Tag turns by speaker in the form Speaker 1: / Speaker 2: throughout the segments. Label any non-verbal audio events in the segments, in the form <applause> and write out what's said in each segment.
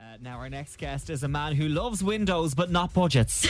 Speaker 1: Uh, now, our next guest is a man who loves windows but not
Speaker 2: <laughs>
Speaker 1: budgets.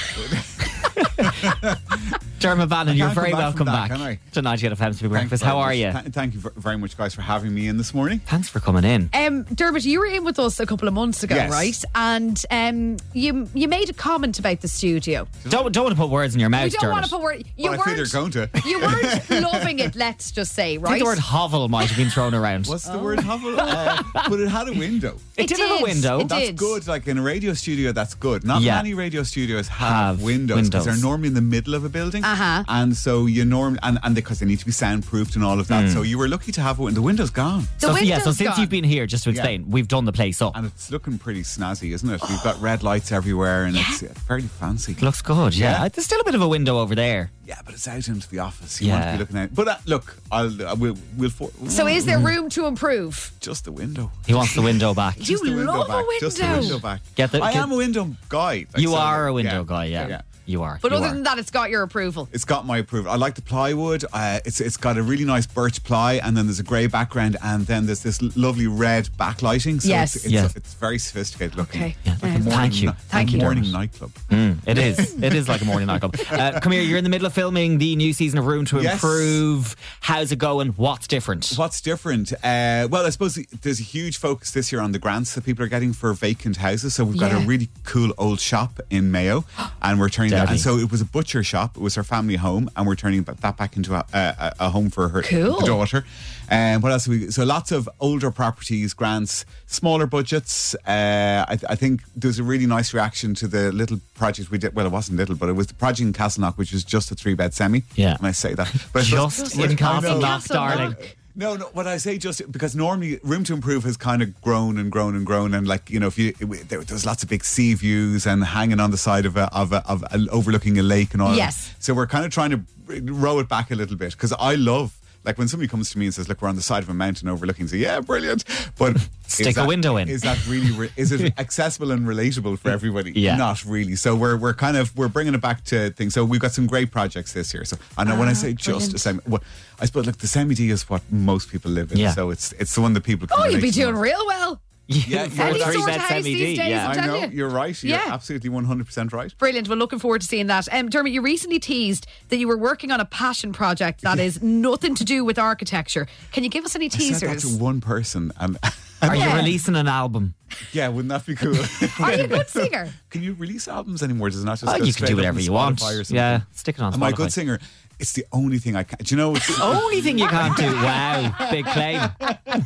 Speaker 1: Dermot Bannon, you're
Speaker 2: can't
Speaker 1: very
Speaker 2: come back
Speaker 1: welcome
Speaker 2: from that,
Speaker 1: back.
Speaker 2: can I?
Speaker 1: to 98 of Hemsby
Speaker 2: Thank
Speaker 1: Breakfast.
Speaker 2: very
Speaker 1: How are
Speaker 2: much.
Speaker 1: you?
Speaker 2: Th- thank you ver- very much, guys, for having me in this morning.
Speaker 1: Thanks for coming in.
Speaker 3: Um, Dermot, you were in with us a couple of months ago,
Speaker 2: Yes.
Speaker 3: right? And um, you you made a comment about the studio.
Speaker 1: Don't, don't want to put words in your mouth,
Speaker 3: We don't
Speaker 1: Dermot.
Speaker 3: want to put word. You
Speaker 2: Well, I feel
Speaker 3: weren't
Speaker 2: you're going to.
Speaker 3: <laughs> you weren't loving it. Let's just say,
Speaker 1: I
Speaker 3: right?
Speaker 1: think the word hovel might have been thrown around.
Speaker 2: What's
Speaker 3: Oh.
Speaker 2: the word? hovel? Uh,
Speaker 3: <laughs>
Speaker 2: but it had a window.
Speaker 1: it, did have a
Speaker 3: did.
Speaker 1: window.
Speaker 3: It
Speaker 2: That's
Speaker 3: did.
Speaker 2: good. Like in a radio studio, that's good. Not
Speaker 1: Yeah.
Speaker 2: many radio studios
Speaker 1: Have
Speaker 2: have, windows because they're
Speaker 1: windows.
Speaker 2: normally in the middle of a building.
Speaker 3: Uh-huh.
Speaker 2: And so you norm and and because they need to be soundproofed and all of
Speaker 1: Mm.
Speaker 2: that. So you were lucky to have one. The window's gone.
Speaker 1: so,
Speaker 3: The
Speaker 1: yeah, so
Speaker 3: window's
Speaker 1: since
Speaker 3: gone.
Speaker 1: you've been here, just to explain, we've done the place up.
Speaker 2: And it's looking pretty snazzy, isn't it? We've
Speaker 3: Oh.
Speaker 2: got red lights everywhere and it's it's fairly fancy.
Speaker 1: Looks good, yeah.
Speaker 2: Yeah.
Speaker 1: There's still a bit of a window over there.
Speaker 2: Yeah, but it's out into the office. You want to
Speaker 1: Yeah.
Speaker 2: be looking out. But uh, look, I'll, uh, we'll, we'll for-
Speaker 3: So is
Speaker 1: Mm-hmm.
Speaker 3: there room to improve?
Speaker 2: just the window.
Speaker 1: He wants the window
Speaker 2: <laughs>
Speaker 1: back.
Speaker 3: You
Speaker 2: Just the window
Speaker 3: love
Speaker 2: back.
Speaker 3: a window.
Speaker 2: Just the window back.
Speaker 1: Get the-
Speaker 2: I
Speaker 1: get-
Speaker 2: am a window guy. Like,
Speaker 1: you
Speaker 2: so,
Speaker 1: are
Speaker 2: like,
Speaker 1: a window guy, yeah. You are.
Speaker 3: But
Speaker 1: you
Speaker 3: other
Speaker 1: are.
Speaker 3: than that, it's got your approval.
Speaker 2: It's got my approval. I like the plywood. Uh, it's it's got a really nice birch ply, and then there's a grey background, and then there's this l- lovely red backlighting. So
Speaker 3: Yes.
Speaker 2: it's, it's,
Speaker 1: Yeah.
Speaker 2: it's very sophisticated looking.
Speaker 3: Okay.
Speaker 1: Yeah.
Speaker 3: Um,
Speaker 1: Thank
Speaker 2: Morning
Speaker 1: you.
Speaker 2: ni-
Speaker 1: Thank you,
Speaker 2: Morning
Speaker 1: Dermot.
Speaker 2: nightclub.
Speaker 1: Mm, it is. It is like a morning
Speaker 2: <laughs>
Speaker 1: nightclub. Uh, come here. You're in the middle of filming the new season of Room to
Speaker 2: Yes.
Speaker 1: Improve. How's it going? What's different?
Speaker 2: What's different? Uh, well, I suppose there's a huge focus this year on the grants that people are getting for vacant houses. So we've got
Speaker 3: Yeah.
Speaker 2: a really cool old shop in Mayo, and we're turning that.
Speaker 1: Daddy.
Speaker 2: And so it was a butcher shop. It was her family home, and we're turning ba- that back into a, a, a home for her
Speaker 3: Cool.
Speaker 2: the daughter. And what else? Have we so lots of older properties, grants, smaller budgets. Uh, I, I think there was a really nice reaction to the little project we did. Well, it wasn't little, but it was the project in Castleknock, which was just a three bed semi.
Speaker 1: Yeah.
Speaker 2: and I say that, but I suppose-
Speaker 1: Just in
Speaker 2: I know.
Speaker 1: Castleknock,
Speaker 3: Castleknock.
Speaker 1: darling.
Speaker 2: No, no. What I say just because normally room to improve has kind of grown and grown and grown, and like you know, if you it, there, there's lots of big sea views and hanging on the side of a, of a, of a, overlooking a lake and all. that.
Speaker 3: Yes.
Speaker 2: So we're kind of trying to row it back a little bit because I love. Like when somebody comes to me and says, "Look, we're on the side of a mountain overlooking," I say, "Yeah, brilliant," but is
Speaker 1: <laughs> Stick a
Speaker 2: that-
Speaker 1: window in.
Speaker 2: Is that really? Re-
Speaker 1: <laughs>
Speaker 2: is it accessible and relatable for everybody?
Speaker 1: Yeah.
Speaker 2: not really. So we're we're kind of we're bringing it back to things. So we've got some great projects this year. So I know when I
Speaker 1: Ah,
Speaker 2: say just a semi, well, I suppose like the semi D is what most people live in.
Speaker 1: Yeah.
Speaker 2: So it's it's the one that people. Can
Speaker 3: Oh, you'd be
Speaker 2: relate to
Speaker 3: doing
Speaker 2: most.
Speaker 3: real well.
Speaker 1: <laughs>
Speaker 2: Yeah,
Speaker 1: For a
Speaker 2: you're right.
Speaker 3: Any sort
Speaker 1: three-bed
Speaker 3: of house
Speaker 1: semi-D,
Speaker 3: these days,
Speaker 1: E yeah.
Speaker 3: I'm
Speaker 2: I
Speaker 3: telling
Speaker 2: know
Speaker 3: you.
Speaker 2: you're right. You're
Speaker 3: Yeah.
Speaker 2: absolutely one hundred percent right.
Speaker 3: Brilliant. Well, looking forward to seeing that. Um, Dermot, you recently teased that you were working on a passion project that is nothing to do with architecture. Can you give us
Speaker 2: I
Speaker 3: any
Speaker 2: said that to
Speaker 3: teasers?
Speaker 2: one person, and <laughs>
Speaker 1: Are you
Speaker 3: Yeah.
Speaker 1: releasing an album?
Speaker 2: yeah, wouldn't that be cool?
Speaker 3: <laughs> Are you a good singer?
Speaker 2: <laughs> Can you release albums anymore? Does it not just
Speaker 1: Oh,
Speaker 2: go
Speaker 1: you can
Speaker 2: straight
Speaker 1: do
Speaker 2: up
Speaker 1: whatever
Speaker 2: on
Speaker 1: you want.
Speaker 2: Spotify or something?
Speaker 1: Yeah, stick it on.
Speaker 2: Am I a good
Speaker 1: Spotify.
Speaker 2: singer? It's the only thing I can. Do you know? It's,
Speaker 1: <laughs> Only thing you can't
Speaker 2: <laughs>
Speaker 1: do. Wow, big claim.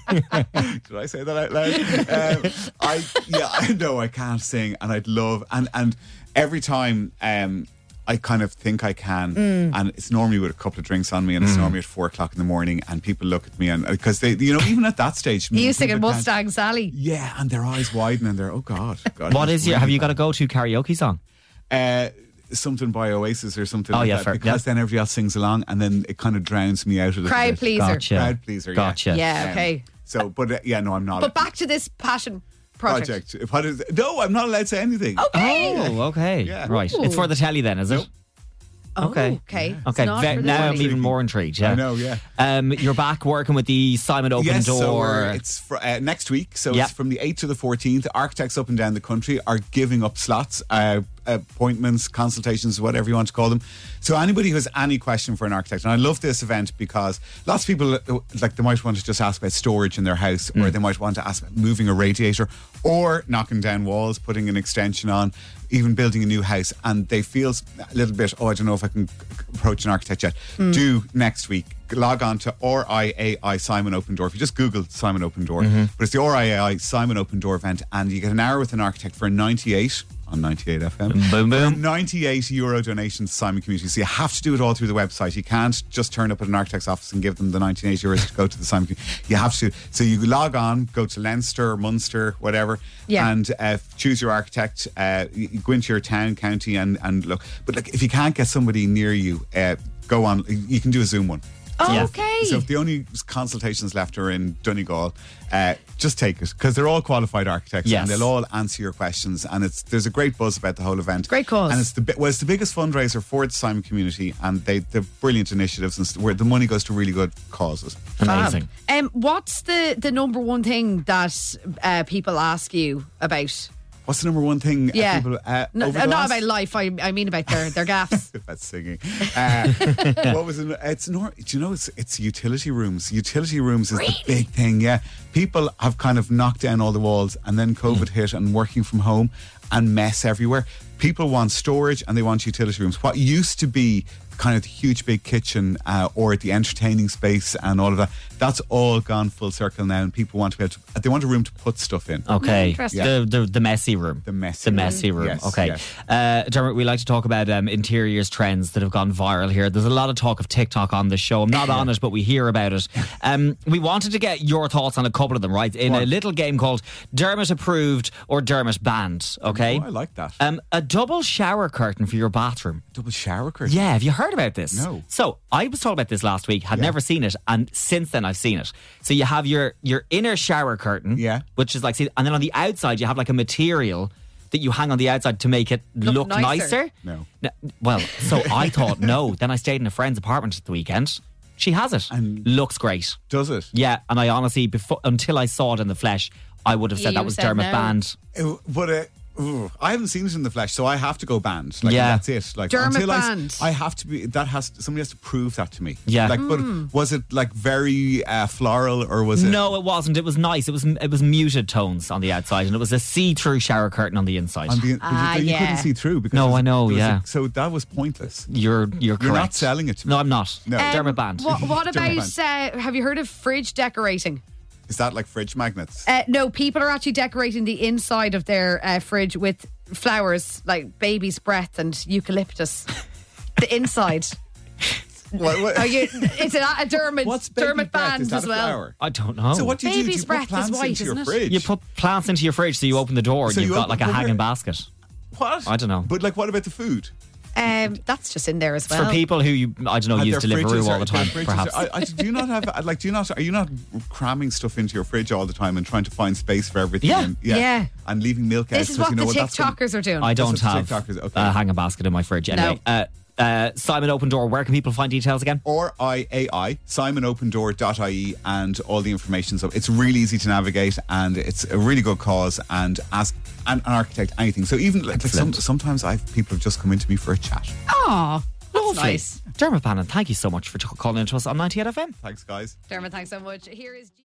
Speaker 2: Did I say that out
Speaker 3: <laughs>
Speaker 2: loud? um, I yeah, I know I can't sing, and I'd love and and every time um, I kind of think I can,
Speaker 3: Mm.
Speaker 2: and it's normally with a couple of drinks on me, and it's
Speaker 1: Mm.
Speaker 2: normally at four o'clock in the morning, and people look at me and because they you know even at that stage,
Speaker 3: You
Speaker 2: people can't-
Speaker 3: singing Mustang Sally.
Speaker 2: Yeah, and their eyes widen, and they're oh god, god
Speaker 1: What
Speaker 2: he's
Speaker 1: is your?
Speaker 2: really
Speaker 1: Have you
Speaker 2: bad."
Speaker 1: got a go-to karaoke song?
Speaker 2: Uh, something by Oasis or something.
Speaker 1: Oh,
Speaker 2: like
Speaker 1: yeah,
Speaker 2: that,
Speaker 1: fair-
Speaker 2: because then everybody else sings along, and then it kind of drowns me out a little
Speaker 3: Crowd
Speaker 2: bit.
Speaker 3: pleaser.
Speaker 1: Gotcha.
Speaker 2: Crowd pleaser. yeah.
Speaker 1: Gotcha.
Speaker 3: Yeah,
Speaker 2: Um,
Speaker 3: okay.
Speaker 2: so, but uh, yeah, no, I'm not.
Speaker 3: But back to this passion project.
Speaker 2: project. What is, no, I'm not allowed to say anything.
Speaker 1: Oh, okay.
Speaker 2: Yeah.
Speaker 1: Right. It's for the telly then, is it?
Speaker 3: Oh,
Speaker 1: Okay.
Speaker 3: Okay. It's
Speaker 1: Okay,
Speaker 3: not
Speaker 1: ve-
Speaker 3: for the
Speaker 1: now I'm
Speaker 3: money.
Speaker 1: even more intrigued. Yeah.
Speaker 2: I know, yeah.
Speaker 1: Um, you're back working with the Simon Open
Speaker 2: Yes,
Speaker 1: Door.
Speaker 2: so we're- it's fr- uh, next week. So
Speaker 1: Yeah.
Speaker 2: it's from the 8th to the 14th. Architects up and down the country are giving up slots, uh, appointments, consultations, whatever you want to call them. So anybody who has any question for an architect, and I love this event because lots of people, uh, like they might want to just ask about storage in their house,
Speaker 1: Mm.
Speaker 2: or they might want to ask about moving a radiator, or knocking down walls, putting an extension on, even building a new house, and they feel s- a little bit, oh, I don't know if I can c- c- approach an architect yet. Do next week. Log on to RIAI Simon Open Door. If you just Google Simon Open Door, but it's the RIAI Simon Open Door event, and you get an hour with an architect for 98 on 98 FM.
Speaker 1: Boom,
Speaker 2: For a
Speaker 1: boom.
Speaker 2: 98 euro donation to Simon Community. So you have to do it all through the website. You can't just turn up at an architect's office and give them the 98 euros to go to the Simon Community. You have to. So you log on, go to Leinster, Munster, whatever,
Speaker 3: Yeah.
Speaker 2: and uh, choose your architect. Uh, you you go into your town, county, and, and look. But like, if you can't get somebody near you, uh, go on. You can do a Zoom one.
Speaker 3: Oh,
Speaker 1: Yeah.
Speaker 3: okay.
Speaker 2: So if the only consultations left are in Donegal, uh, just take it because they're all qualified architects
Speaker 1: Yes.
Speaker 2: and they'll all answer your questions. And it's there's a great buzz about the whole event.
Speaker 3: Great cause.
Speaker 2: And it's the bi- well, it's the biggest fundraiser for the Simon community, and they they're brilliant initiatives and s- where the money goes to really good causes.
Speaker 3: Fab.
Speaker 1: Amazing.
Speaker 3: Um, what's the, the number one thing that uh, people ask you about?
Speaker 2: What's the number one thing? uh,
Speaker 3: Yeah.
Speaker 2: People, uh,
Speaker 3: No,
Speaker 2: over the last-
Speaker 3: not about life. I, I mean about their
Speaker 1: <laughs>
Speaker 2: <laughs>
Speaker 3: their gaffs.
Speaker 2: That's singing. Uh, what was it? It's nor. Do you know it's it's utility rooms. Utility rooms is the big thing. Yeah, people have kind of knocked down all the walls, and then COVID hit, and working from home, and mess everywhere. People want storage, and they want utility rooms. What used to be kind of the huge big kitchen uh, or the entertaining space and all of that that's all gone full circle now and people want to be able to they want a room to put stuff in
Speaker 1: Okay.
Speaker 3: Interesting.
Speaker 1: The, the the messy room.
Speaker 2: The
Speaker 1: The
Speaker 2: messy room.
Speaker 1: messy room.
Speaker 2: Yes,
Speaker 1: okay.
Speaker 2: yes.
Speaker 1: Uh, Dermot, we like to talk about um, interiors trends that have gone viral here. There's a lot of talk of TikTok on the show. I'm not on it, but we hear about it. Um, we wanted to get your thoughts on a couple of them, right? In
Speaker 2: Go
Speaker 1: a
Speaker 2: on.
Speaker 1: little game called Dermot Approved or Dermot Banned. Okay.
Speaker 2: Oh, I like that.
Speaker 1: Um, a double shower curtain for your bathroom.
Speaker 2: double shower curtain
Speaker 1: Yeah, have you heard about this?
Speaker 2: No.
Speaker 1: So I was told about this last week, had never seen it, and since then I've seen it. So you have your your inner shower curtain,
Speaker 2: Yeah.
Speaker 1: which is like, see, and then on the outside you have like a material that you hang on the outside to make it look,
Speaker 3: Look
Speaker 1: nicer.
Speaker 3: nicer.
Speaker 2: No.
Speaker 1: Well, so I thought no. Then I stayed in a friend's apartment at the weekend. She has it.
Speaker 2: And-
Speaker 1: looks great.
Speaker 2: does it
Speaker 1: Yeah, and I honestly, before until I saw it in the flesh, I would have
Speaker 3: Yeah,
Speaker 1: said
Speaker 3: you
Speaker 1: that
Speaker 3: would've
Speaker 1: was
Speaker 3: said
Speaker 1: Dermot
Speaker 3: no.
Speaker 1: Band.
Speaker 2: It- but uh, ooh, I haven't seen it in the flesh, so I have to go banned. Like
Speaker 1: Yeah.
Speaker 2: that's it. Like
Speaker 3: Dermot
Speaker 2: until I s-
Speaker 3: banned.
Speaker 2: I, have to be. That has somebody has to prove that to me.
Speaker 1: Yeah.
Speaker 2: Like,
Speaker 3: Hmm.
Speaker 2: but was it like very uh, floral or was it?
Speaker 1: No, it wasn't. It was nice. It was it was muted tones on the outside, and it was a see-through shower curtain on the inside.
Speaker 2: On the,
Speaker 3: Ah,
Speaker 2: you
Speaker 3: yeah.
Speaker 2: couldn't see through because
Speaker 1: No,
Speaker 2: it was-
Speaker 1: I know,
Speaker 2: it was a-
Speaker 1: yeah.
Speaker 2: so that was pointless.
Speaker 1: you're you're correct.
Speaker 2: You're not selling it to me.
Speaker 1: No, I'm not.
Speaker 2: No. Um,
Speaker 1: Dermot Band.
Speaker 3: What, what
Speaker 2: Dermot
Speaker 3: about uh, have you heard of fridge decorating?
Speaker 2: Is that like fridge magnets?
Speaker 3: Uh, no, people are actually decorating the inside of their uh, fridge with flowers like baby's breath and eucalyptus. the inside.
Speaker 2: <laughs> What- what-
Speaker 3: Are you, it's a, a Dermot,
Speaker 2: what's baby
Speaker 3: Dermot
Speaker 2: breath?
Speaker 3: band
Speaker 2: Is that
Speaker 3: as
Speaker 2: a
Speaker 3: well.
Speaker 2: flower?
Speaker 1: <laughs> I don't know.
Speaker 2: So what do you do? Do
Speaker 3: Baby's
Speaker 2: you
Speaker 3: breath
Speaker 2: put
Speaker 3: is
Speaker 2: plants
Speaker 3: white,
Speaker 2: into your
Speaker 3: isn't it?
Speaker 2: fridge?
Speaker 1: you put plants into your fridge, so you open the door and
Speaker 2: So you
Speaker 1: you've got
Speaker 2: open-
Speaker 1: like a
Speaker 2: but
Speaker 1: hanging
Speaker 2: where-
Speaker 1: basket.
Speaker 2: what?
Speaker 1: I don't know.
Speaker 2: But like, what about the food?
Speaker 3: Um, that's just in there as
Speaker 1: It's
Speaker 3: well.
Speaker 1: for people who you, I don't know
Speaker 2: Uh,
Speaker 1: use
Speaker 2: their
Speaker 1: Deliveroo
Speaker 2: fridges
Speaker 1: all
Speaker 2: are-
Speaker 1: the
Speaker 2: their
Speaker 1: time,
Speaker 2: fridges
Speaker 1: perhaps.
Speaker 2: are- I, I, do you not have <laughs> I- like? Do you not? Are you not cramming stuff into your fridge all the time and trying to find space for everything?
Speaker 1: Yeah.
Speaker 2: and,
Speaker 3: Yeah.
Speaker 2: And leaving milk out
Speaker 3: This is
Speaker 2: because
Speaker 3: what
Speaker 2: you know
Speaker 3: the
Speaker 2: that's gonna-
Speaker 3: TikTokers are doing.
Speaker 1: I don't
Speaker 2: That's what
Speaker 1: have
Speaker 2: the TikTokers- okay.
Speaker 1: a hanging basket in my fridge anyway. Uh, uh, Simon Open Door. Where can people find details again?
Speaker 2: or IAI, simonopendoor.ie, E, and all the information. So it's really easy to navigate and it's a really good cause. And ask an, an architect anything. So even like, like some,
Speaker 1: Excellent.
Speaker 2: sometimes I've people have just come into me for a chat.
Speaker 3: Aw, that's
Speaker 1: Lovely.
Speaker 3: nice.
Speaker 1: Dermot Bannon, thank you so much for t- calling in to us on 98FM.
Speaker 2: Thanks, guys.
Speaker 3: Dermot, thanks so much. Here is.